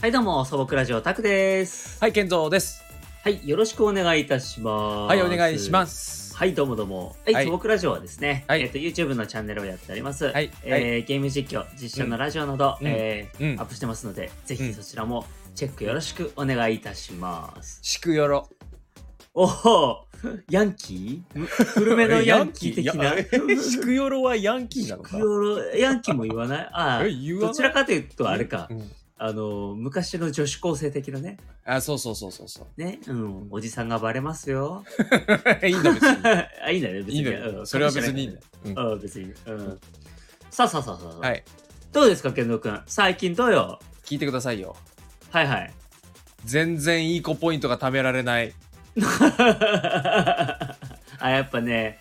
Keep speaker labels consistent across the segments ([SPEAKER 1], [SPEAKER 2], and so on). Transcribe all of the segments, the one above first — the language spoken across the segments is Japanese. [SPEAKER 1] はい、どうも、素朴ラジオタクです。
[SPEAKER 2] はい、健三です。
[SPEAKER 1] はい、よろしくお願いいたします。。
[SPEAKER 2] はい、お願いしますす。
[SPEAKER 1] はい、どうもどうも。はい、
[SPEAKER 2] はい
[SPEAKER 1] 素朴ラジオはですね、
[SPEAKER 2] はい
[SPEAKER 1] えっ、と、YouTube のチャンネルをやっております。
[SPEAKER 2] はい
[SPEAKER 1] えーゲーム実況、実写のラジオなど、
[SPEAKER 2] うん
[SPEAKER 1] えー
[SPEAKER 2] うん
[SPEAKER 1] アップしてますので、ぜ
[SPEAKER 2] う
[SPEAKER 1] ひ
[SPEAKER 2] ん
[SPEAKER 1] そちらもチェックよろしくお願いいたします。
[SPEAKER 2] しくよろ。
[SPEAKER 1] おおヤンキーむ古めのヤンキー的な。
[SPEAKER 2] しくよろはヤンキーなのか。
[SPEAKER 1] ヨロ ヤンキーも言わないああ
[SPEAKER 2] え、、言わない
[SPEAKER 1] どちらかというと、あれか、
[SPEAKER 2] うん
[SPEAKER 1] あの、昔の女子高生的なね、
[SPEAKER 2] あ、そうそうそうそうそう。
[SPEAKER 1] ね、うん、おじさんがバレますよ。
[SPEAKER 2] いいんだ別に。
[SPEAKER 1] あ、 いいんだね、別
[SPEAKER 2] いい
[SPEAKER 1] に
[SPEAKER 2] ん
[SPEAKER 1] ね。
[SPEAKER 2] だ
[SPEAKER 1] うん
[SPEAKER 2] よ。それは別にいいんだよ。うん
[SPEAKER 1] うん、別に。うん。さあさあさあさあ。
[SPEAKER 2] はい、
[SPEAKER 1] どうですか、健三君。最近どうよ。
[SPEAKER 2] 聞いてくださいよ。
[SPEAKER 1] はいはい。
[SPEAKER 2] 全然いい子ポイントが貯められない。
[SPEAKER 1] あ、やっぱ ね、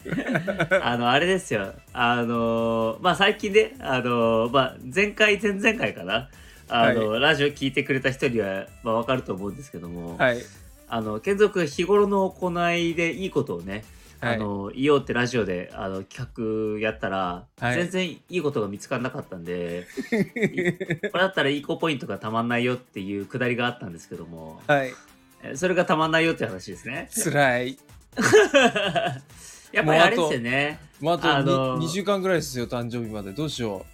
[SPEAKER 1] あの、あれですよ。あのーまあ、最近ね、あのーまあ、前回、前々回かな。あの、ラジオ聞いてくれた人には、まあ、わかると思うんですけども、
[SPEAKER 2] はい。
[SPEAKER 1] あの、健三君、日頃の行いでいいことをね、
[SPEAKER 2] は
[SPEAKER 1] あ
[SPEAKER 2] い。
[SPEAKER 1] の、いようってラジオであの企画やったら、
[SPEAKER 2] はい
[SPEAKER 1] 全然いいことが見つからなかったん で、いこれだったらいい子ポイントがたまんないよっていうくだりがあったんですけども、
[SPEAKER 2] はい。。
[SPEAKER 1] えそれがたまんないよって話ですね
[SPEAKER 2] 辛い。
[SPEAKER 1] やっぱりあれですよね。
[SPEAKER 2] もうあ
[SPEAKER 1] あの
[SPEAKER 2] と
[SPEAKER 1] ー
[SPEAKER 2] に2週間ぐらいですよ、誕生日まで。どうしよ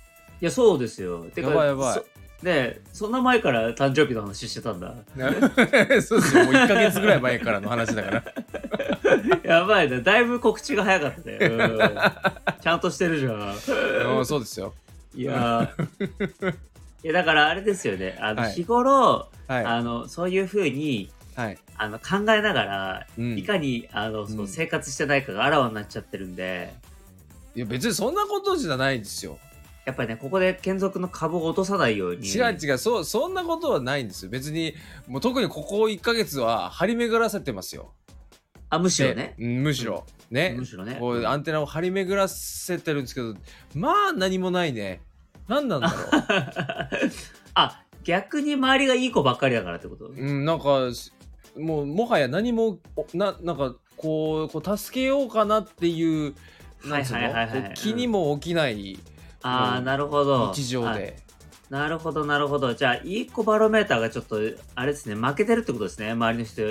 [SPEAKER 1] いや、そうですよ。て
[SPEAKER 2] やばいやばい
[SPEAKER 1] そねそんな前から誕生日の話してた んだ。
[SPEAKER 2] う。なそうですよ。もう1ヶ月ぐらい前からの話だから。
[SPEAKER 1] やばいな。だいぶ告知が早かったね。うん、ちゃんとしてるじゃん。
[SPEAKER 2] うん、そうですよ。
[SPEAKER 1] いや ーいやだからあれですよねあの、
[SPEAKER 2] はい
[SPEAKER 1] 日頃、
[SPEAKER 2] は
[SPEAKER 1] あのそういうふうに
[SPEAKER 2] い。はい。
[SPEAKER 1] あの考えながら、
[SPEAKER 2] うん
[SPEAKER 1] いかにあのそう
[SPEAKER 2] うん
[SPEAKER 1] 生活してないかがあらわになっちゃってるんで、
[SPEAKER 2] いや別にそんなことじゃないんですよ。
[SPEAKER 1] やっぱりねここで剣族の株を落とさないように
[SPEAKER 2] 違う違うそうそんなことはないんですよ別にもう特にここ1ヶ月は張り巡らせてますよ
[SPEAKER 1] あむしろね
[SPEAKER 2] でうんむしろね
[SPEAKER 1] むしろね
[SPEAKER 2] こうアンテナを張り巡らせてるんですけどまあ何もないね何なんだろ
[SPEAKER 1] あ逆に周りがいい子ばっかりだからってこと、
[SPEAKER 2] う、うん、なんかもうもはや何もおななんかこうこう助けようかなっていうなんつうの
[SPEAKER 1] はいはいはいはい
[SPEAKER 2] こう気にも起きない
[SPEAKER 1] ああ
[SPEAKER 2] うん
[SPEAKER 1] なるほど
[SPEAKER 2] 日常
[SPEAKER 1] あ
[SPEAKER 2] で、
[SPEAKER 1] なるほどなるほどじゃあいい子バロメーターがちょっとあれですね負けてるってことですね周りの人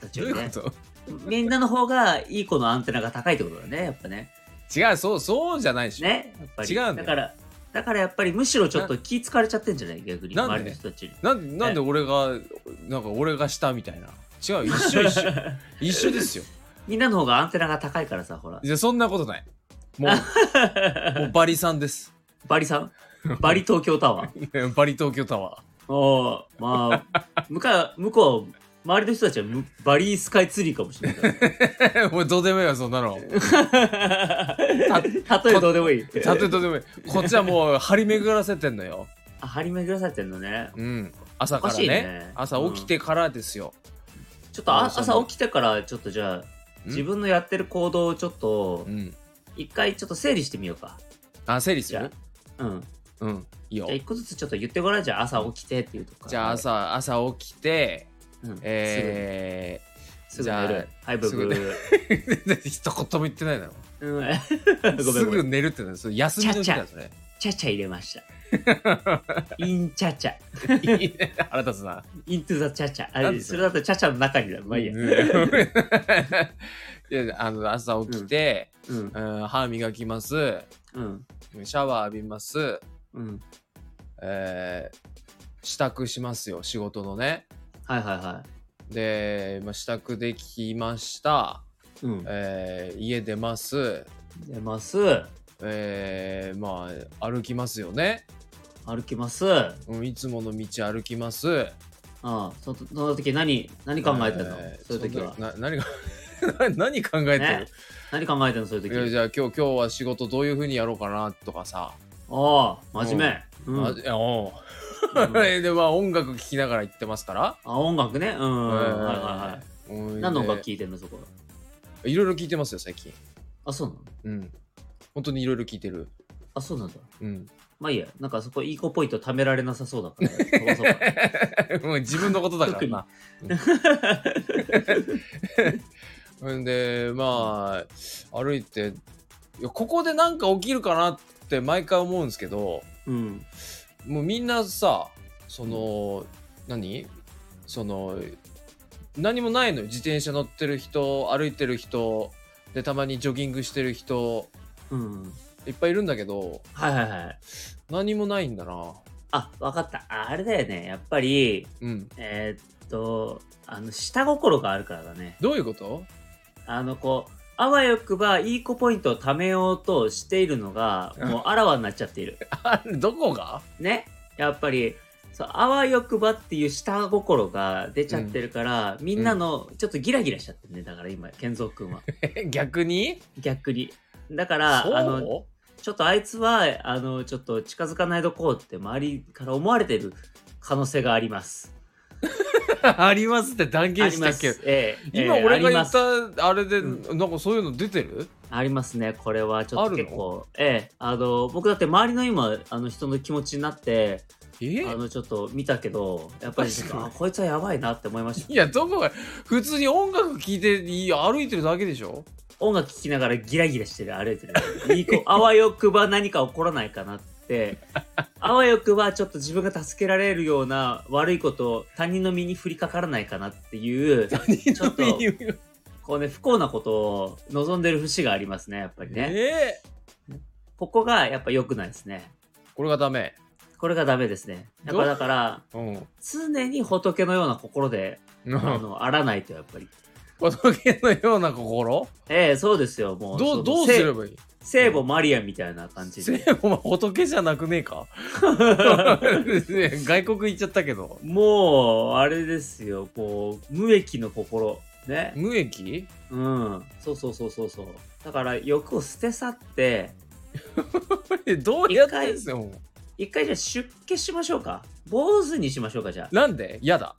[SPEAKER 1] たち
[SPEAKER 2] どう
[SPEAKER 1] よ
[SPEAKER 2] い
[SPEAKER 1] り
[SPEAKER 2] うこ
[SPEAKER 1] ね
[SPEAKER 2] と
[SPEAKER 1] みんなの方がいい子のアンテナが高いってことだねやっぱね
[SPEAKER 2] 違うそうそうじゃないでしょ、
[SPEAKER 1] ねやっぱり
[SPEAKER 2] 違うんだ
[SPEAKER 1] だ
[SPEAKER 2] よ
[SPEAKER 1] からだからやっぱりむしろちょっと気疲れちゃってんじゃない逆に
[SPEAKER 2] なんで
[SPEAKER 1] 周りの人たちに
[SPEAKER 2] なんでなんで俺がなんか俺がしたみたいな違う一緒一 緒一緒ですよ
[SPEAKER 1] みんなの方がアンテナが高いからさ ほら
[SPEAKER 2] いやそんなことないも うもうバリさんです
[SPEAKER 1] バリさんバリ東京タワ ー
[SPEAKER 2] バリ東京タワ
[SPEAKER 1] おーまあ向か向こう周りの人たちはむバリスカイツリーかもしれないか
[SPEAKER 2] ー もうどうでもいいわそんなの
[SPEAKER 1] ら 例えどうでもいい
[SPEAKER 2] たとえどうでもいいこっちはもう張り巡らせてんのよ
[SPEAKER 1] あ張り巡らされてんのね
[SPEAKER 2] うん朝から
[SPEAKER 1] おかしい
[SPEAKER 2] ね
[SPEAKER 1] ね
[SPEAKER 2] 朝起きてからですよ、
[SPEAKER 1] ちょっとあ
[SPEAKER 2] あそう
[SPEAKER 1] 朝起きてからちょっとじゃあ
[SPEAKER 2] うん
[SPEAKER 1] 自分のやってる行動をちょっと
[SPEAKER 2] うん、
[SPEAKER 1] 一回ちょっと整理してみようか
[SPEAKER 2] あ整理す
[SPEAKER 1] じゃ
[SPEAKER 2] る
[SPEAKER 1] あうん
[SPEAKER 2] うんいいよ
[SPEAKER 1] じゃあ一個ずつちょっと言ってごらんじゃあ朝起きてっていうとか
[SPEAKER 2] じゃあ、朝朝起きて
[SPEAKER 1] うん、
[SPEAKER 2] え
[SPEAKER 1] すぐすぐ寝
[SPEAKER 2] じゃ
[SPEAKER 1] るはいブーブー
[SPEAKER 2] ー、 一言も言ってないだろ
[SPEAKER 1] うん ごめ
[SPEAKER 2] す
[SPEAKER 1] んごめ
[SPEAKER 2] ぐ
[SPEAKER 1] ん
[SPEAKER 2] 寝るってのはそれ休みの日だよそれ
[SPEAKER 1] チャチャ入れました インチャチャ
[SPEAKER 2] いいね腹立つな。
[SPEAKER 1] イントゥザチャチャ
[SPEAKER 2] な
[SPEAKER 1] あ
[SPEAKER 2] んで
[SPEAKER 1] それだとチャチャの中にだまあいいや、
[SPEAKER 2] いやあの朝起きて、
[SPEAKER 1] うん
[SPEAKER 2] うん歯磨きます
[SPEAKER 1] うん
[SPEAKER 2] シャワー浴びます、
[SPEAKER 1] うん
[SPEAKER 2] えー、支度しますよ仕事のね。
[SPEAKER 1] はいはいは
[SPEAKER 2] で、まあ、支度できました、
[SPEAKER 1] いうん
[SPEAKER 2] えー家出ます、
[SPEAKER 1] 出ます
[SPEAKER 2] えーまあ歩きますよね、
[SPEAKER 1] 歩きますあ
[SPEAKER 2] うん、いつもの道歩きます。
[SPEAKER 1] あそその時何何考えてんの、
[SPEAKER 2] えー
[SPEAKER 1] そういう時は
[SPEAKER 2] その時な何 が何考えてる、
[SPEAKER 1] ね何考えてんのそういう
[SPEAKER 2] いや
[SPEAKER 1] 時
[SPEAKER 2] じゃあ今日今日は仕事どういうふうにやろうかなとかさ、
[SPEAKER 1] ああ真面目、うん
[SPEAKER 2] あいや おう
[SPEAKER 1] うん
[SPEAKER 2] でまあ音楽聴きながら行ってますから、
[SPEAKER 1] あ音楽ねうん、
[SPEAKER 2] うん
[SPEAKER 1] はいはいはい
[SPEAKER 2] いはい
[SPEAKER 1] 何の音楽聴いてんのそこ
[SPEAKER 2] いろいろ聴いてますよ最近
[SPEAKER 1] あそうなの
[SPEAKER 2] うん本当にいろいろ聴いてる
[SPEAKER 1] あそうなんだ
[SPEAKER 2] うん
[SPEAKER 1] まあいいやなんかそこいい子ポイント貯められなさそうだから飛ば そうか
[SPEAKER 2] もう自分のことだからなうんでまあ歩いていやここでなんか起きるかなって毎回思うんですけど
[SPEAKER 1] うん
[SPEAKER 2] もうみんなさその何その何もないのよ自転車乗ってる人歩いてる人でたまにジョギングしてる人
[SPEAKER 1] うん。
[SPEAKER 2] いっぱいいるんだけど
[SPEAKER 1] はいはいはい。
[SPEAKER 2] 何もないんだな
[SPEAKER 1] あ、わかった。ああれだよね。やっぱり、
[SPEAKER 2] うん
[SPEAKER 1] えーっと、あの、下心があるからだね。
[SPEAKER 2] どうい うこと
[SPEAKER 1] あの、こう、あわよくばいい子ポイントを貯めようとしているのが、もうあらわになっちゃっている。
[SPEAKER 2] あれどこが
[SPEAKER 1] ね。やっぱり、そうあわよくばっていう下心が出ちゃってるから、みんなのちょっとギラギラしちゃってるねだから今健三君は
[SPEAKER 2] え 逆に
[SPEAKER 1] 逆にだから
[SPEAKER 2] そう
[SPEAKER 1] あのちょっとあいつは、あの、ちょっと近づかないどこうって周りから思われてる可能性があります。
[SPEAKER 2] ありますって 断
[SPEAKER 1] あ
[SPEAKER 2] 言
[SPEAKER 1] り
[SPEAKER 2] した
[SPEAKER 1] ま
[SPEAKER 2] っけ
[SPEAKER 1] す。ええ
[SPEAKER 2] 今
[SPEAKER 1] ええ
[SPEAKER 2] 俺が
[SPEAKER 1] あり
[SPEAKER 2] 言
[SPEAKER 1] ま
[SPEAKER 2] っ
[SPEAKER 1] す。
[SPEAKER 2] たあれで、
[SPEAKER 1] う
[SPEAKER 2] なんかそういうの出てる
[SPEAKER 1] ありますね、これは。ちょっ
[SPEAKER 2] ある
[SPEAKER 1] と
[SPEAKER 2] の
[SPEAKER 1] 結構。ええあの、僕だって周りの今、あの人の気持ちになって、
[SPEAKER 2] え
[SPEAKER 1] あの、ちょっと見たけど、やっぱり
[SPEAKER 2] 確、かに
[SPEAKER 1] あ、こいつはやばいなって思いました。
[SPEAKER 2] いやどこが普通に音楽聴いていい歩いてるだけでしょ
[SPEAKER 1] 音楽聴きながらギラギラしてる、歩いてる。い い子、あわよくば何か起こらないかなって。 あわよくばちょっと自分が助けられるような悪いこと、他人の身に降りかからないかなっていう。ちょっとこうね、不幸なことを望んでる節がありますね、やっぱりね。
[SPEAKER 2] え
[SPEAKER 1] ここがやっぱ良くないですね。
[SPEAKER 2] これがダメ
[SPEAKER 1] これがダメですね。やっ
[SPEAKER 2] ど
[SPEAKER 1] ぱだから、
[SPEAKER 2] うん
[SPEAKER 1] 常に仏のような心で、あ の、あらないと、やっぱり。
[SPEAKER 2] 仏のような心
[SPEAKER 1] ええそうですよ、もう。
[SPEAKER 2] ど
[SPEAKER 1] そう
[SPEAKER 2] どうすればいい
[SPEAKER 1] 聖聖母マリアみたいな感じ
[SPEAKER 2] 聖
[SPEAKER 1] で。
[SPEAKER 2] 母は仏じゃなくねえ か 外国行っちゃったけど
[SPEAKER 1] もう、あれですよ、こう、無益の心。ね。
[SPEAKER 2] 無益
[SPEAKER 1] うん。そうそうそうそうそう。だから、欲を捨て去って、
[SPEAKER 2] どうやってんすよ
[SPEAKER 1] 一回じゃあ出家しましょうか。坊主にしましょうか、じゃあ。
[SPEAKER 2] なんで嫌だ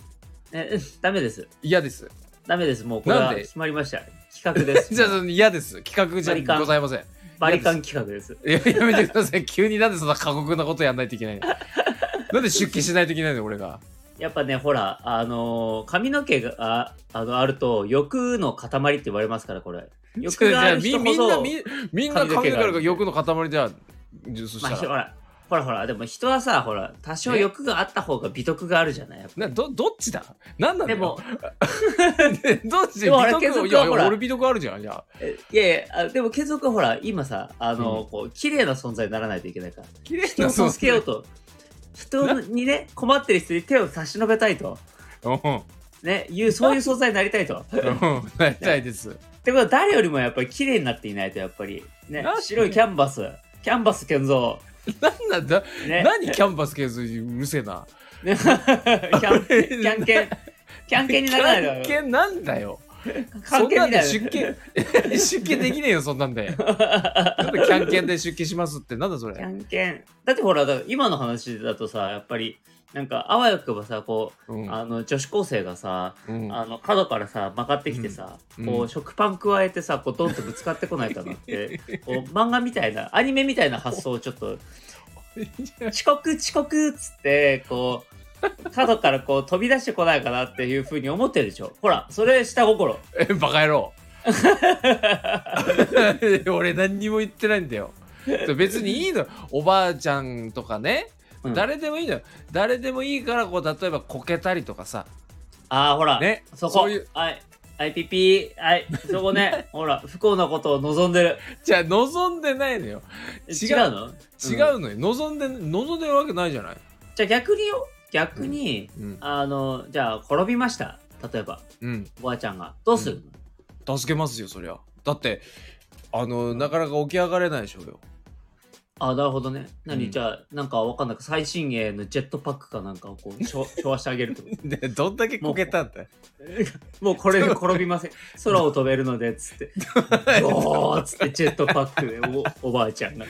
[SPEAKER 1] え、うん ダメです。
[SPEAKER 2] 嫌です
[SPEAKER 1] ダメです、もうこれ
[SPEAKER 2] な
[SPEAKER 1] は
[SPEAKER 2] んで
[SPEAKER 1] 決まりました。企画です。
[SPEAKER 2] じゃあ嫌です企画じ
[SPEAKER 1] バリカ
[SPEAKER 2] ゃ
[SPEAKER 1] ン
[SPEAKER 2] ございません
[SPEAKER 1] バリカン企画です。
[SPEAKER 2] いややめてください急になんでそんな過酷なことやんないとい けないのなんで出家しないといけないの俺が
[SPEAKER 1] やっぱね、ほら、あのー髪の毛がああのあると欲の塊って言われますから、これ。欲がある
[SPEAKER 2] じゃ
[SPEAKER 1] 人
[SPEAKER 2] あみ
[SPEAKER 1] ほ
[SPEAKER 2] みんな
[SPEAKER 1] ど、
[SPEAKER 2] みみんな髪の毛があるから欲の塊じゃあそし
[SPEAKER 1] まあ、
[SPEAKER 2] た
[SPEAKER 1] ひ
[SPEAKER 2] ら、
[SPEAKER 1] ほら、ほらほら、でも人はさ、ほら、多少
[SPEAKER 2] え
[SPEAKER 1] 欲があった方が美徳があるじゃない。やっぱ
[SPEAKER 2] などどっちだ何なんだ
[SPEAKER 1] で
[SPEAKER 2] よ
[SPEAKER 1] も、
[SPEAKER 2] どっち
[SPEAKER 1] でもあれ
[SPEAKER 2] 美
[SPEAKER 1] 継
[SPEAKER 2] 徳
[SPEAKER 1] 続
[SPEAKER 2] い
[SPEAKER 1] は
[SPEAKER 2] やい
[SPEAKER 1] ほ
[SPEAKER 2] や
[SPEAKER 1] ら
[SPEAKER 2] 俺美徳あるじゃんじゃあ
[SPEAKER 1] えいやいや、あでも、継続はほら、今さ、あのーこう、綺麗な存在にならないといけない から。
[SPEAKER 2] 綺麗
[SPEAKER 1] 人を助けようと。人にね、困ってる人に手を差し伸べたいと。
[SPEAKER 2] うんうん
[SPEAKER 1] ね、いう、そう いう存在になりたいと。
[SPEAKER 2] なりたいです
[SPEAKER 1] ってことは誰よりもやっぱり綺麗になっていないとやっぱりね
[SPEAKER 2] なんで
[SPEAKER 1] 白いキャンバスキャンバス建造
[SPEAKER 2] 何なんだ
[SPEAKER 1] ね
[SPEAKER 2] 何キャンバスケースうるせえな
[SPEAKER 1] ね キャンキャンケン キャンケンにならないの
[SPEAKER 2] 関係なんだよ
[SPEAKER 1] 関係
[SPEAKER 2] そんなん
[SPEAKER 1] にな
[SPEAKER 2] で
[SPEAKER 1] る
[SPEAKER 2] 出家 出家できねえよそんなんでなんでキャンケンで出家しますってなんだ そ
[SPEAKER 1] キャ
[SPEAKER 2] れ、
[SPEAKER 1] ンケンだってほらだから今の話だとさやっぱりなんかあわよくばさこ
[SPEAKER 2] う
[SPEAKER 1] う、
[SPEAKER 2] ん
[SPEAKER 1] あの女子高生がさ
[SPEAKER 2] うん
[SPEAKER 1] あの角からさ曲がってきてさ、
[SPEAKER 2] うん
[SPEAKER 1] こ
[SPEAKER 2] う
[SPEAKER 1] うん食パン加えてさこうドンとぶつかってこないかなって こう漫画みたいなアニメみたいな発想をちょっと遅刻遅刻っつってこう角からこう飛び出してこないかなっていうふうに思ってるでしょほらそれ下心
[SPEAKER 2] えバカ野 郎俺何にも言ってないんだよ別にいいのおばあちゃんとかね、
[SPEAKER 1] うん
[SPEAKER 2] 誰でもいいのよ誰でもいいからこう例えばこけたりとかさ
[SPEAKER 1] ああほら、
[SPEAKER 2] ね
[SPEAKER 1] そこ
[SPEAKER 2] そういう
[SPEAKER 1] あいあいピピあいそこ ねほら不幸なことを望んでる
[SPEAKER 2] じゃあ望んでないのよ違
[SPEAKER 1] 違
[SPEAKER 2] う
[SPEAKER 1] うの
[SPEAKER 2] 違
[SPEAKER 1] ん
[SPEAKER 2] うのよ、望んで望んでるわけないじゃない、
[SPEAKER 1] じゃあ逆によ逆に、
[SPEAKER 2] うん
[SPEAKER 1] あのじゃあ転びました例えば
[SPEAKER 2] うん、
[SPEAKER 1] おばあちゃんがどうするの、
[SPEAKER 2] 助けますよそりゃだってあのなかなか起き上がれないでしょうよ
[SPEAKER 1] あなるほどね。何、
[SPEAKER 2] うん
[SPEAKER 1] じゃあ、なんかわかんない。最新鋭のジェットパックかなんかをこう、しょ調和してあげるってこ
[SPEAKER 2] でどんだけこけたんだよ
[SPEAKER 1] と。 もうこれで転びません。 空を飛べるので、つ って。おーっつって、ジェットパックでお、お ばあちゃんが。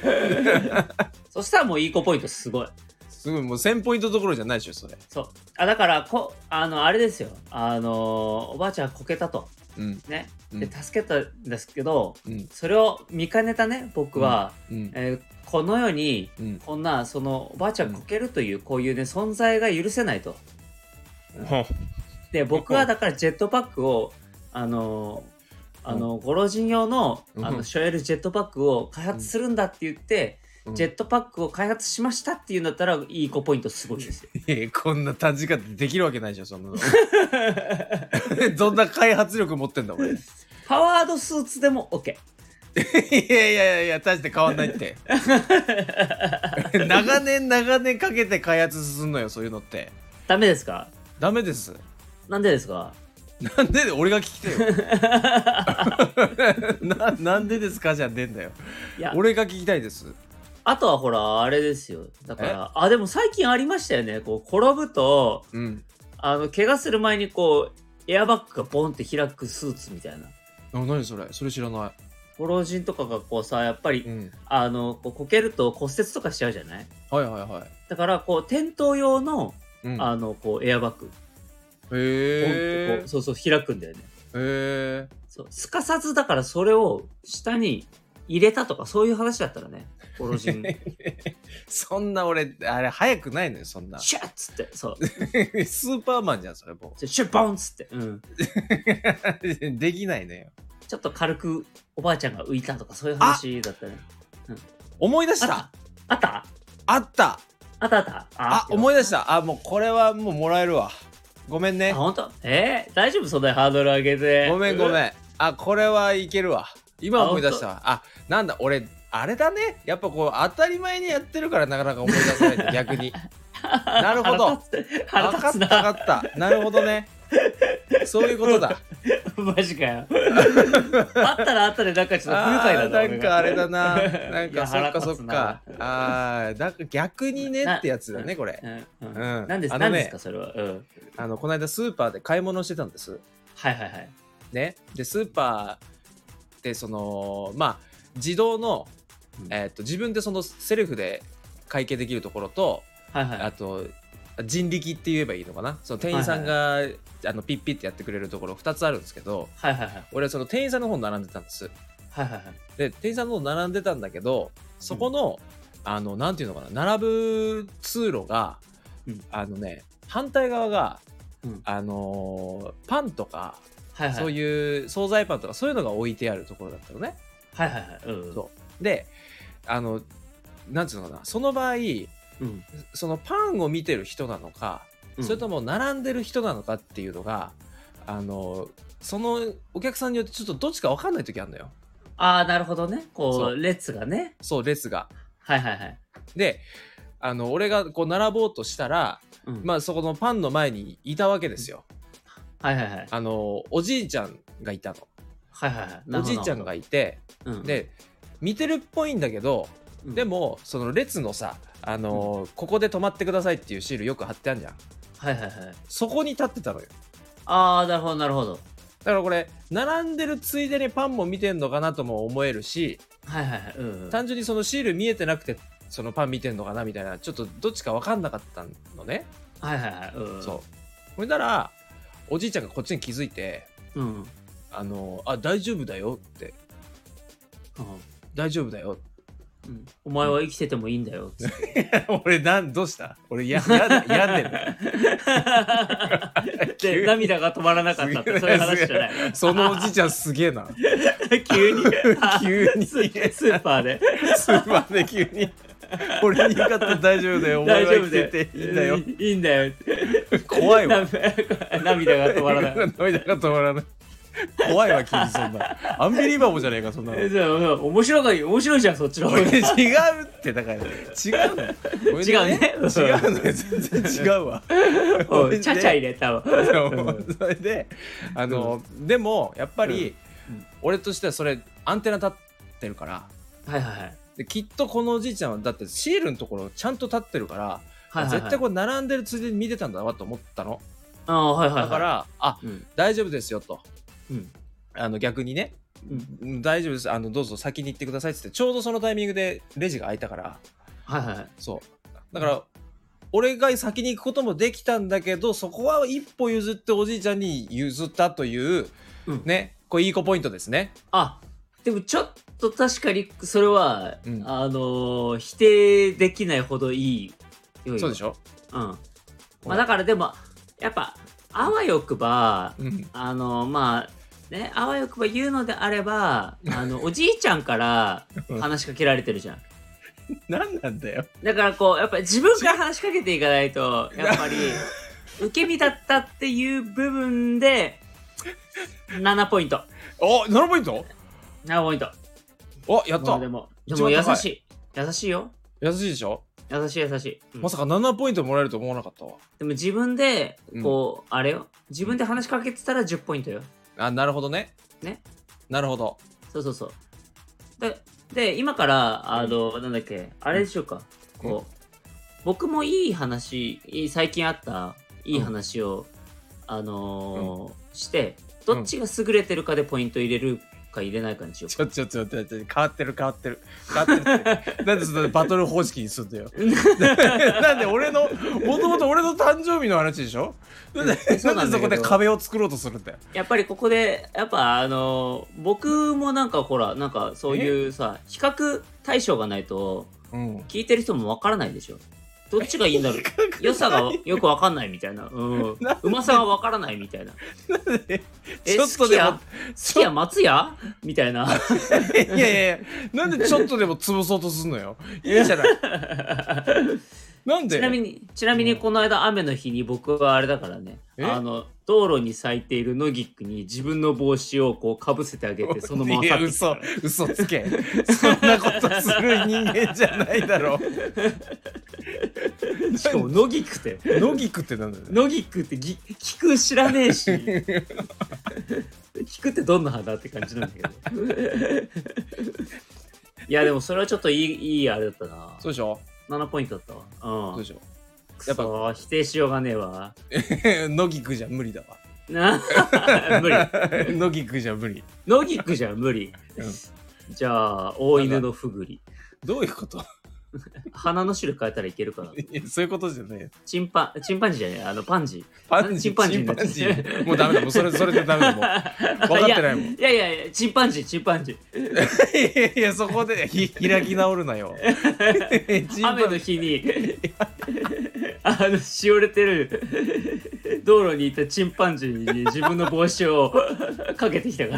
[SPEAKER 1] そしたらもういい子ポイントすごい。
[SPEAKER 2] すごいもう1000ポイントどころじゃないでしょそれ
[SPEAKER 1] そう。あ、だから、こ、あの、あれですよ。あのーおばあちゃんこけたと。
[SPEAKER 2] うん
[SPEAKER 1] ね。
[SPEAKER 2] うん
[SPEAKER 1] で、助けたんですけど、
[SPEAKER 2] うん
[SPEAKER 1] それを見かねたね、僕は、
[SPEAKER 2] うん
[SPEAKER 1] えーこの世に、
[SPEAKER 2] うん
[SPEAKER 1] こんな、その、おばあちゃんこけるという、こういうね、存在が許せないと。
[SPEAKER 2] ほ
[SPEAKER 1] で僕はだからジェットパックをあのあのご老人用の
[SPEAKER 2] うん
[SPEAKER 1] あのショエルジェットパックを開発するんだって言って、
[SPEAKER 2] うん
[SPEAKER 1] ジェットパックを開発しましたっていうんだったらいい子ポイントすごいですよ。
[SPEAKER 2] いやいやこんな短時間でできるわけないじゃんそんなの どんな開発力持ってんだ俺 い
[SPEAKER 1] パワードスーツでも OK。
[SPEAKER 2] やいやいや大して変わんないって 長年長年かけて開発すんのよそういうのって
[SPEAKER 1] ダメですか
[SPEAKER 2] ダメです
[SPEAKER 1] なんでですか
[SPEAKER 2] なんで俺が聞きたい よななんでですかじゃねえんだよ
[SPEAKER 1] いや、
[SPEAKER 2] 俺が聞きたいです
[SPEAKER 1] あとはほら、あれですよ。だから、あ、でも最近ありましたよね。こう、転ぶと、
[SPEAKER 2] うん
[SPEAKER 1] あの、怪我する前にこう、エアバッグがボンって開くスーツみたいな。
[SPEAKER 2] あ何それそれ知らない
[SPEAKER 1] ご老人とかがこうさ、やっぱり、
[SPEAKER 2] うん
[SPEAKER 1] あの、こうこけると骨折とかしちゃうじゃない
[SPEAKER 2] はいはいはい
[SPEAKER 1] だから、こう、転倒用の、
[SPEAKER 2] うん、
[SPEAKER 1] あの、こう、エアバッグ、ボンって
[SPEAKER 2] へ
[SPEAKER 1] こう、そうそう、開くんだよね。
[SPEAKER 2] えへえ
[SPEAKER 1] そう、すかさずだからそれを下に入れたとか、そういう話だったらね、ご老 人、
[SPEAKER 2] そんな俺あれ早くないのよそ んなス
[SPEAKER 1] シュッつって、そう、
[SPEAKER 2] ーパーマンじゃんそれも
[SPEAKER 1] シュッボンっつって、うん。
[SPEAKER 2] う できないのよ
[SPEAKER 1] ちょっと軽くおばあちゃんが浮いたとか、そういう話だったね。
[SPEAKER 2] 思い出した
[SPEAKER 1] あった
[SPEAKER 2] あった
[SPEAKER 1] あったあった
[SPEAKER 2] あ思い出したあもうこれはもうもらえるわごめん
[SPEAKER 1] あ、
[SPEAKER 2] ね
[SPEAKER 1] 本当？えー、大丈夫そんなハードル上げて。
[SPEAKER 2] ごめんご
[SPEAKER 1] ん。
[SPEAKER 2] めんあこれはいけるわ今思い出したわあなんだ俺あれだねやっぱこう当たり前にやってるからなかなか思い出さ ないんだ逆になるほど
[SPEAKER 1] 腹立つ腹立つ
[SPEAKER 2] わか
[SPEAKER 1] な。
[SPEAKER 2] ったわかったなるほどねそういうことだ
[SPEAKER 1] マジかよ。あったらあったで、なんかちょっと不愉快だ
[SPEAKER 2] あーなんかあれだななんかそっかそっか。あーだ逆にねってやつだねこれ
[SPEAKER 1] 俺がうんうん
[SPEAKER 2] うん
[SPEAKER 1] 何です
[SPEAKER 2] あ
[SPEAKER 1] か、
[SPEAKER 2] のね
[SPEAKER 1] 何ですか、それは。うん。
[SPEAKER 2] あのこの間スーパーで買い物してたんです
[SPEAKER 1] はいはいはい。
[SPEAKER 2] ねでスーパーってそのまあ自動の、
[SPEAKER 1] うん
[SPEAKER 2] えー、と自分でそのセルフで会計できるところと、
[SPEAKER 1] はいはい。
[SPEAKER 2] あと人力って言えばいいのかなその店員さんが、あのピッピッてやってくれるところ2つあるんですけど
[SPEAKER 1] はいはいはい。
[SPEAKER 2] 俺はその店員さんの方に並んでたんです
[SPEAKER 1] はいはいはい。
[SPEAKER 2] で店員さんの方に並んでたんだけどそこの、あのなんていうのかな並ぶ通路が、
[SPEAKER 1] うん
[SPEAKER 2] あのね反対側が、
[SPEAKER 1] うん
[SPEAKER 2] あのーパンとか
[SPEAKER 1] はいはい。
[SPEAKER 2] そういう惣菜パンとかそういうのが置いてあるところだったのね。
[SPEAKER 1] はいはいはい。うん。
[SPEAKER 2] そであのなんていうのかなその場合
[SPEAKER 1] うん。
[SPEAKER 2] そのパンを見てる人なのか、
[SPEAKER 1] うん
[SPEAKER 2] それとも並んでる人なのかっていうのがあのそのお客さんによってちょっとどっちか分かんない時あるのよ
[SPEAKER 1] ああ、なるほどね。こ
[SPEAKER 2] そう
[SPEAKER 1] う、列がね。
[SPEAKER 2] そう列が。
[SPEAKER 1] はいはいはい。
[SPEAKER 2] であの俺がこう並ぼうとしたら、
[SPEAKER 1] うん
[SPEAKER 2] まあ、そこのパンの前にいたわけですよ。
[SPEAKER 1] はいはいはい。
[SPEAKER 2] あのおじいちゃんがいた
[SPEAKER 1] はいはいはい。
[SPEAKER 2] のおじいちゃんがいて
[SPEAKER 1] うん、
[SPEAKER 2] で見てるっぽいんだけど
[SPEAKER 1] うん、
[SPEAKER 2] でもその列のさ、あのーここで止まってくださいっていうシールよく貼ってあるじゃん
[SPEAKER 1] はいはいはい。
[SPEAKER 2] そこに立ってたのよ
[SPEAKER 1] ああ、なるほどなるほど。
[SPEAKER 2] だからこれ並んでるついでにパンも見てんのかなとも思えるし
[SPEAKER 1] はいはいはい。うんうん。
[SPEAKER 2] 単純にそのシール見えてなくてそのパン見てんのかなみたいなちょっとどっちか分かんなかったのね、
[SPEAKER 1] はいはいはい。うん。
[SPEAKER 2] そうそれならおじいちゃんがこっちに気づいて
[SPEAKER 1] う。うん。うん。
[SPEAKER 2] 「あのーあ大丈夫だよ」って「大丈夫だよ
[SPEAKER 1] うんお前は生きててもいいんだよ。つって」
[SPEAKER 2] 俺なんどうした俺やややんでる 急
[SPEAKER 1] で、
[SPEAKER 2] に
[SPEAKER 1] 涙が止まらなかったって、そういう話じゃない。
[SPEAKER 2] そのおじいちゃんすげえな
[SPEAKER 1] 急に。
[SPEAKER 2] 急に
[SPEAKER 1] ススーパーで。
[SPEAKER 2] スーパーで急に 俺に勝って大丈 夫だよお前
[SPEAKER 1] 大
[SPEAKER 2] は
[SPEAKER 1] 丈夫
[SPEAKER 2] 生き
[SPEAKER 1] だよ
[SPEAKER 2] て。ていいんだよ
[SPEAKER 1] いいんだよ。
[SPEAKER 2] 怖 いわ
[SPEAKER 1] 涙 涙が止まらない。
[SPEAKER 2] 涙が止まらない怖いわ君そんなアンビリバボーじゃねえかそんな の
[SPEAKER 1] えじゃあうん面白がい面白いじゃんそっちの方が
[SPEAKER 2] 俺違うってだから違うの
[SPEAKER 1] 違うね
[SPEAKER 2] 違うのよ全然違うわ
[SPEAKER 1] お
[SPEAKER 2] それ
[SPEAKER 1] い
[SPEAKER 2] で
[SPEAKER 1] ちゃちゃ入れたわ
[SPEAKER 2] そうそれであの、でもやっぱり、
[SPEAKER 1] うんうん
[SPEAKER 2] 俺としてはそれアンテナ立ってるから
[SPEAKER 1] はいはいはい
[SPEAKER 2] できっとこのおじいちゃんはだってシールのところちゃんと立ってるから、
[SPEAKER 1] はいはいはい
[SPEAKER 2] 絶対これ並んでるついでに見てたんだわと思ったの
[SPEAKER 1] ああはいはいは
[SPEAKER 2] だ
[SPEAKER 1] い
[SPEAKER 2] から、あ
[SPEAKER 1] うん
[SPEAKER 2] 大丈夫ですよと
[SPEAKER 1] うん
[SPEAKER 2] あの逆にね、
[SPEAKER 1] う
[SPEAKER 2] 大丈夫ですあのどうぞ先に行ってくださいってってちょうどそのタイミングでレジが開いたから
[SPEAKER 1] はいはいはい
[SPEAKER 2] そうだから、俺が先に行くこともできたんだけどそこは一歩譲っておじいちゃんに譲ったという、
[SPEAKER 1] うん
[SPEAKER 2] ねこれいい子ポイントですね
[SPEAKER 1] あでもちょっと確かにそれは、
[SPEAKER 2] うん
[SPEAKER 1] あのー否定できないほどいい
[SPEAKER 2] そうでし
[SPEAKER 1] ょ、
[SPEAKER 2] ょ、
[SPEAKER 1] うんまあ、だからでもやっぱあわよくば
[SPEAKER 2] うん、
[SPEAKER 1] あのーまあねあわよくば言うのであればあのおじいちゃんから話しかけられてるじゃん
[SPEAKER 2] 何なんだよ。
[SPEAKER 1] だからこうやっぱり自分から話しかけていかないとやっぱり受け身だったっていう部分で7ポイント
[SPEAKER 2] お7ポイント
[SPEAKER 1] 7ポイント
[SPEAKER 2] おやっ
[SPEAKER 1] も
[SPEAKER 2] た
[SPEAKER 1] うでもで
[SPEAKER 2] 一
[SPEAKER 1] も
[SPEAKER 2] 番
[SPEAKER 1] 優
[SPEAKER 2] 高い
[SPEAKER 1] しい優しいよ
[SPEAKER 2] 優しいでしょ、
[SPEAKER 1] 優しい優しい、うん
[SPEAKER 2] まさか7ポイントもらえると思わなかったわ。
[SPEAKER 1] でも自分でこう、あれよ自分で話しかけてたら10ポイントよ
[SPEAKER 2] あなるほどね。
[SPEAKER 1] ね。
[SPEAKER 2] なるほど。
[SPEAKER 1] そうそうそうでで今からあの、なんだっけあれでしょうか、こう僕もいい話いい最近あったいい話を、あのーしてどっちが優れてるかでポイント入れるか入れないかにしよう
[SPEAKER 2] ちょちょちょちょちょ変わってる変わってる変わってるって。なんでそのバトル方式にす んだよ。なんで俺のもともと俺の誕生日の話でしょ。 なんで
[SPEAKER 1] うんそうな
[SPEAKER 2] なんん
[SPEAKER 1] だ
[SPEAKER 2] で
[SPEAKER 1] けど
[SPEAKER 2] そこで壁を作ろうとするんだよ。
[SPEAKER 1] やっぱりここでやっぱあのー僕もなんかほらなんかそういうさ比較対象がないと
[SPEAKER 2] うん。
[SPEAKER 1] 聞いてる人もわからないでしょどっちがいいん だろう良さがよくわかんないみたいな、うん、うまさがわからないみたいなえ
[SPEAKER 2] ちょっと
[SPEAKER 1] 好き
[SPEAKER 2] でも
[SPEAKER 1] や好
[SPEAKER 2] ち
[SPEAKER 1] き
[SPEAKER 2] ょ
[SPEAKER 1] や松屋みたいな
[SPEAKER 2] いやいやいやなんでちょっとでも潰そうとすんのよ。いいじゃない。なんで
[SPEAKER 1] ちなみにちなみにこの間雨の日に僕はあれだからね
[SPEAKER 2] え
[SPEAKER 1] あの道路に咲いているノギックに自分の帽子をこうかぶせてあげてそのまま
[SPEAKER 2] い
[SPEAKER 1] 去
[SPEAKER 2] や
[SPEAKER 1] っていった
[SPEAKER 2] 嘘
[SPEAKER 1] か
[SPEAKER 2] 嘘つけそんなことする人間じゃないだ ろ
[SPEAKER 1] らしかもノギックって
[SPEAKER 2] う野菊ってなんだよね
[SPEAKER 1] ノギックってぎ聞く知らねえし聞くってどんな花って感じなんだけどいやでもそれはちょっといいいいあれだったな
[SPEAKER 2] そうでしょ
[SPEAKER 1] 7ポイントだったわ
[SPEAKER 2] そう
[SPEAKER 1] うん
[SPEAKER 2] でしょ
[SPEAKER 1] やっぱ否定しようがねえわ
[SPEAKER 2] 野菊じゃ無理だわ
[SPEAKER 1] な無理
[SPEAKER 2] 野菊じゃ無理
[SPEAKER 1] ノギックじゃ無理、じゃあ大犬のふぐり
[SPEAKER 2] どういうこと
[SPEAKER 1] 花の種類変えたらいけるかない
[SPEAKER 2] やそういうことじゃねえよ
[SPEAKER 1] チンパンチンパンジーじゃないあのパンジー
[SPEAKER 2] パン
[SPEAKER 1] チ
[SPEAKER 2] ジ
[SPEAKER 1] ンパン
[SPEAKER 2] ー
[SPEAKER 1] ジーになっち
[SPEAKER 2] チンパン
[SPEAKER 1] ゃう
[SPEAKER 2] ジーもうダメだもうそ れそれでダメだもう
[SPEAKER 1] 分
[SPEAKER 2] かってないもん
[SPEAKER 1] いやいやいやチンパンジーチンパンジー
[SPEAKER 2] いやいやそこでひ開き直るな よチンパン
[SPEAKER 1] 雨の日 にあのしおれてる道路にいたチンパンジーに自分の帽子をかけてきたか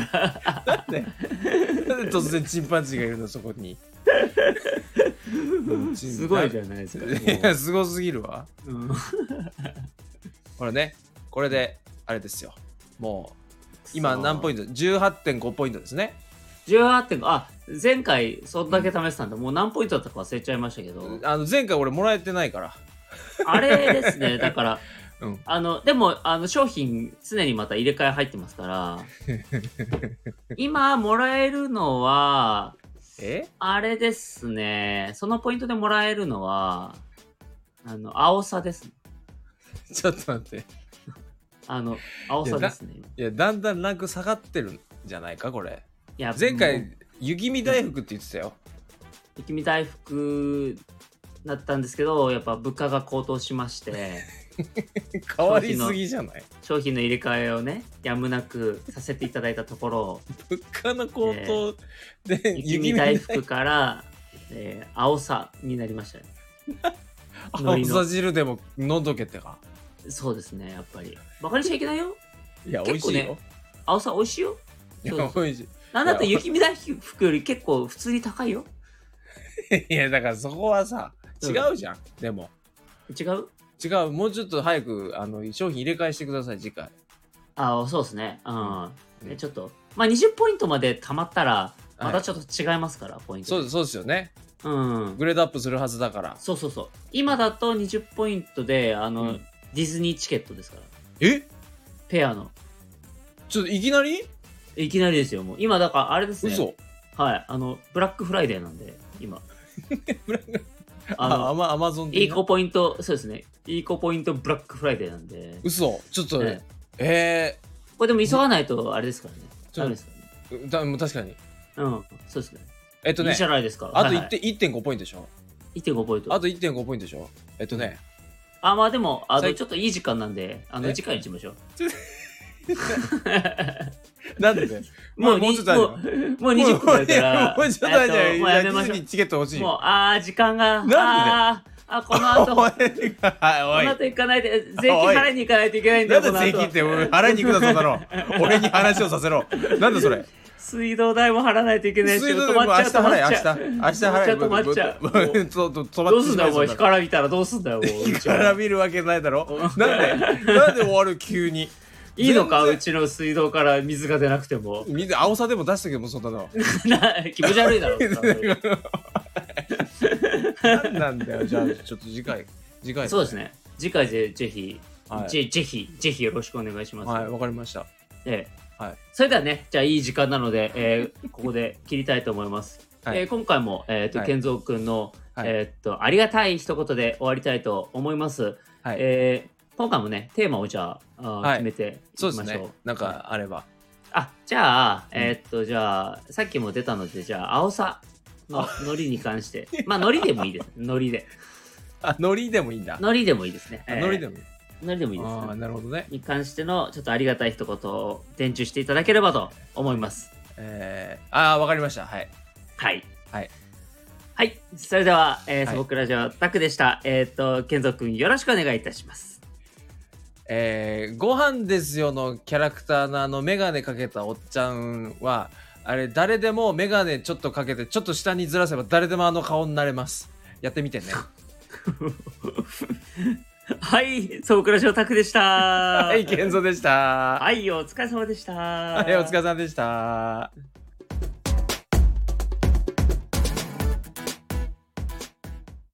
[SPEAKER 1] ら
[SPEAKER 2] なんで突然チンパンジーがいるのそこ にうんチン
[SPEAKER 1] すごいじゃないですかも
[SPEAKER 2] いやすごすぎるわ
[SPEAKER 1] う うん
[SPEAKER 2] ほらね、これであれですよ。もう今何ポイント ?18.5 ポイントですね。
[SPEAKER 1] 18.5あ前回そんだけ試してたんでもう何ポイントだったか忘れちゃいましたけど
[SPEAKER 2] あの前回俺もらえてないから。
[SPEAKER 1] あれですねだから
[SPEAKER 2] うん。
[SPEAKER 1] あのでもあの商品常にまた入れ替え入ってますから 今もらえるのは
[SPEAKER 2] え
[SPEAKER 1] あれですねそのポイントでもらえるのはあの青さですね
[SPEAKER 2] ちょっと待って。
[SPEAKER 1] あの青さですね
[SPEAKER 2] いや、だんだんランク下がってるんじゃないか、これ。
[SPEAKER 1] いや
[SPEAKER 2] 前
[SPEAKER 1] もう
[SPEAKER 2] 回、湯気味大福って言ってたよ。
[SPEAKER 1] 雪見大福だったんですけどやっぱ物価が高騰しま して
[SPEAKER 2] 変わりすぎじゃない
[SPEAKER 1] 商品の入れ替えをねやむなくさせていただいたところ
[SPEAKER 2] 物価の高騰 で、
[SPEAKER 1] 雪見大福から、えー青さになりました ね
[SPEAKER 2] 湯気味青さ汁でも飲んどけってか。
[SPEAKER 1] そうですねやっぱりバカにしちゃいけないよ
[SPEAKER 2] いや、美味
[SPEAKER 1] 結
[SPEAKER 2] し
[SPEAKER 1] 構
[SPEAKER 2] い
[SPEAKER 1] ね
[SPEAKER 2] よ。
[SPEAKER 1] 青さ美味しいよ
[SPEAKER 2] い
[SPEAKER 1] そう
[SPEAKER 2] や、
[SPEAKER 1] そ
[SPEAKER 2] 美味し
[SPEAKER 1] なんだって雪見大福より結構普通に高いよ
[SPEAKER 2] い。い や、だからそこはさ、違うじゃん。でも。
[SPEAKER 1] 違う
[SPEAKER 2] 違う、もうちょっと早くあの商品入れ替えしてください、次回。
[SPEAKER 1] あそうですねうん、
[SPEAKER 2] うん
[SPEAKER 1] ねちょっとまあ20ポイントまでたまったら
[SPEAKER 2] い
[SPEAKER 1] またちょっと違いますから、ポイント
[SPEAKER 2] そうそうですよね。
[SPEAKER 1] うん
[SPEAKER 2] グレードアップするはずだから。
[SPEAKER 1] そうそうそう今だと20ポイントであの、
[SPEAKER 2] うん
[SPEAKER 1] ディズニーチケットですから
[SPEAKER 2] え
[SPEAKER 1] ペアの
[SPEAKER 2] ちょっといきなり
[SPEAKER 1] いきなりですよもう今だからあれですね
[SPEAKER 2] 嘘
[SPEAKER 1] はいあのブラックフライデーなんで今あの
[SPEAKER 2] あ、アマアマゾン
[SPEAKER 1] いい子ポイント、そうですね。いい子ポイントブラックフライデーなんで。
[SPEAKER 2] 嘘ちょっと、
[SPEAKER 1] え
[SPEAKER 2] ね、え
[SPEAKER 1] えこれでも急がないとあれですからね。
[SPEAKER 2] ちょ
[SPEAKER 1] ダメですからね。
[SPEAKER 2] ー、だもう確かに。
[SPEAKER 1] うん、そうですね。
[SPEAKER 2] えっと
[SPEAKER 1] い
[SPEAKER 2] ね
[SPEAKER 1] いじ、ゃないですか。
[SPEAKER 2] あと
[SPEAKER 1] はいはい
[SPEAKER 2] 1.5、1.5ポイントでしょ
[SPEAKER 1] 1.5ポイント。
[SPEAKER 2] あ
[SPEAKER 1] あ
[SPEAKER 2] と1.5ポイントでしょえっとね、
[SPEAKER 1] まあでも、あの
[SPEAKER 2] 最
[SPEAKER 1] ちょっといい時間なんで、あの
[SPEAKER 2] え
[SPEAKER 1] 次回にしましょう。
[SPEAKER 2] なんでね
[SPEAKER 1] もう
[SPEAKER 2] もう
[SPEAKER 1] に
[SPEAKER 2] ちょっとある
[SPEAKER 1] も
[SPEAKER 2] よ
[SPEAKER 1] うもう20分だから。
[SPEAKER 2] もうちょっとあれじゃ
[SPEAKER 1] えっともう
[SPEAKER 2] な
[SPEAKER 1] や
[SPEAKER 2] い
[SPEAKER 1] め
[SPEAKER 2] デ
[SPEAKER 1] ま
[SPEAKER 2] ィ
[SPEAKER 1] し
[SPEAKER 2] ズ
[SPEAKER 1] ょ
[SPEAKER 2] ニーチケット欲し
[SPEAKER 1] う。
[SPEAKER 2] い。
[SPEAKER 1] もう、ああ、時間が。
[SPEAKER 2] んでだよ
[SPEAKER 1] あーあ、この後、こ
[SPEAKER 2] おいおい
[SPEAKER 1] の後行かないで、税金払いに行かないといけないんだ
[SPEAKER 2] な
[SPEAKER 1] よ、
[SPEAKER 2] ん
[SPEAKER 1] この
[SPEAKER 2] で税金っ
[SPEAKER 1] 後。
[SPEAKER 2] て払いに行くだそうだろう俺に話をさせろなんでそれ
[SPEAKER 1] 水道代も払わないといけないし、
[SPEAKER 2] 水道
[SPEAKER 1] 止
[SPEAKER 2] でもう
[SPEAKER 1] ま
[SPEAKER 2] 明
[SPEAKER 1] っち
[SPEAKER 2] 日
[SPEAKER 1] ゃう、止まっ
[SPEAKER 2] 払え、明
[SPEAKER 1] ち
[SPEAKER 2] 日
[SPEAKER 1] ゃう。。
[SPEAKER 2] 明日払え。
[SPEAKER 1] 止まっちゃう止まっちゃ
[SPEAKER 2] も
[SPEAKER 1] う
[SPEAKER 2] もそうそう止まっ
[SPEAKER 1] どう
[SPEAKER 2] て
[SPEAKER 1] す
[SPEAKER 2] し
[SPEAKER 1] ん
[SPEAKER 2] ま
[SPEAKER 1] だ
[SPEAKER 2] い
[SPEAKER 1] よ、お
[SPEAKER 2] そう
[SPEAKER 1] 前、
[SPEAKER 2] だ
[SPEAKER 1] 干
[SPEAKER 2] か
[SPEAKER 1] からびたらどうすんだよ、もう。う
[SPEAKER 2] ら。
[SPEAKER 1] ちは
[SPEAKER 2] から見るわけないだろ。なんで、なんで終わる急に。
[SPEAKER 1] いいのか、
[SPEAKER 2] 全然
[SPEAKER 1] うちの水道から水が出なくても。
[SPEAKER 2] みんな青さでも出したけども、そんなの。
[SPEAKER 1] な気持ち悪いだろ、そんなの
[SPEAKER 2] なんなんだよ、じゃあ、ちょっと次回。次回。
[SPEAKER 1] そうですね。次回ぜぜひ、
[SPEAKER 2] はい
[SPEAKER 1] ぜぜひ、ぜひよろしくお願いします。
[SPEAKER 2] はい、わかりました。
[SPEAKER 1] ええ
[SPEAKER 2] はい
[SPEAKER 1] それではね、じゃあいい時間なので、え ーここで切りたいと思います。
[SPEAKER 2] はい
[SPEAKER 1] えー今回も、えーと
[SPEAKER 2] はい
[SPEAKER 1] 健三君の、
[SPEAKER 2] はい
[SPEAKER 1] えーっとありがたい一言で終わりたいと思います。
[SPEAKER 2] はい
[SPEAKER 1] えー今回もね、テーマをじゃあ、あー
[SPEAKER 2] はい
[SPEAKER 1] 決めていき
[SPEAKER 2] そ
[SPEAKER 1] まし
[SPEAKER 2] う
[SPEAKER 1] ょう。
[SPEAKER 2] ですね。なん
[SPEAKER 1] はい
[SPEAKER 2] かあれば。
[SPEAKER 1] あじゃあ、
[SPEAKER 2] うん
[SPEAKER 1] えーっと、じゃあ、さっきも出たので、じゃあ、青さののりに関して、まあ、のりでもいいです。のりで。
[SPEAKER 2] あ、ノリでもいいんだ。
[SPEAKER 1] のりでもいいですね。
[SPEAKER 2] ノリでもいい。
[SPEAKER 1] ものりでもいいです、ね
[SPEAKER 2] あ。あ、なるほどね。
[SPEAKER 1] に関してのちょっとありがたい一言を伝授していただければと思います。
[SPEAKER 2] えー、ああ、わかりました。はい。
[SPEAKER 1] はい。
[SPEAKER 2] はい。
[SPEAKER 1] はい。それでは、えー、
[SPEAKER 2] はい
[SPEAKER 1] 素朴ラジオタクでした。えっ、と、健三くんよろしくお願いいたします。
[SPEAKER 2] えー、ご飯ですよのキャラクターのあのメガネかけたおっちゃんは、あれ、誰でもメガネちょっとかけて、ちょっと下にずらせば誰でもあの顔になれます。やってみてね。
[SPEAKER 1] はい。素朴ラジオタクでした。 は
[SPEAKER 2] はい、健三でした。
[SPEAKER 1] はい、お疲れ様でした。
[SPEAKER 2] はい、お疲れ様でした。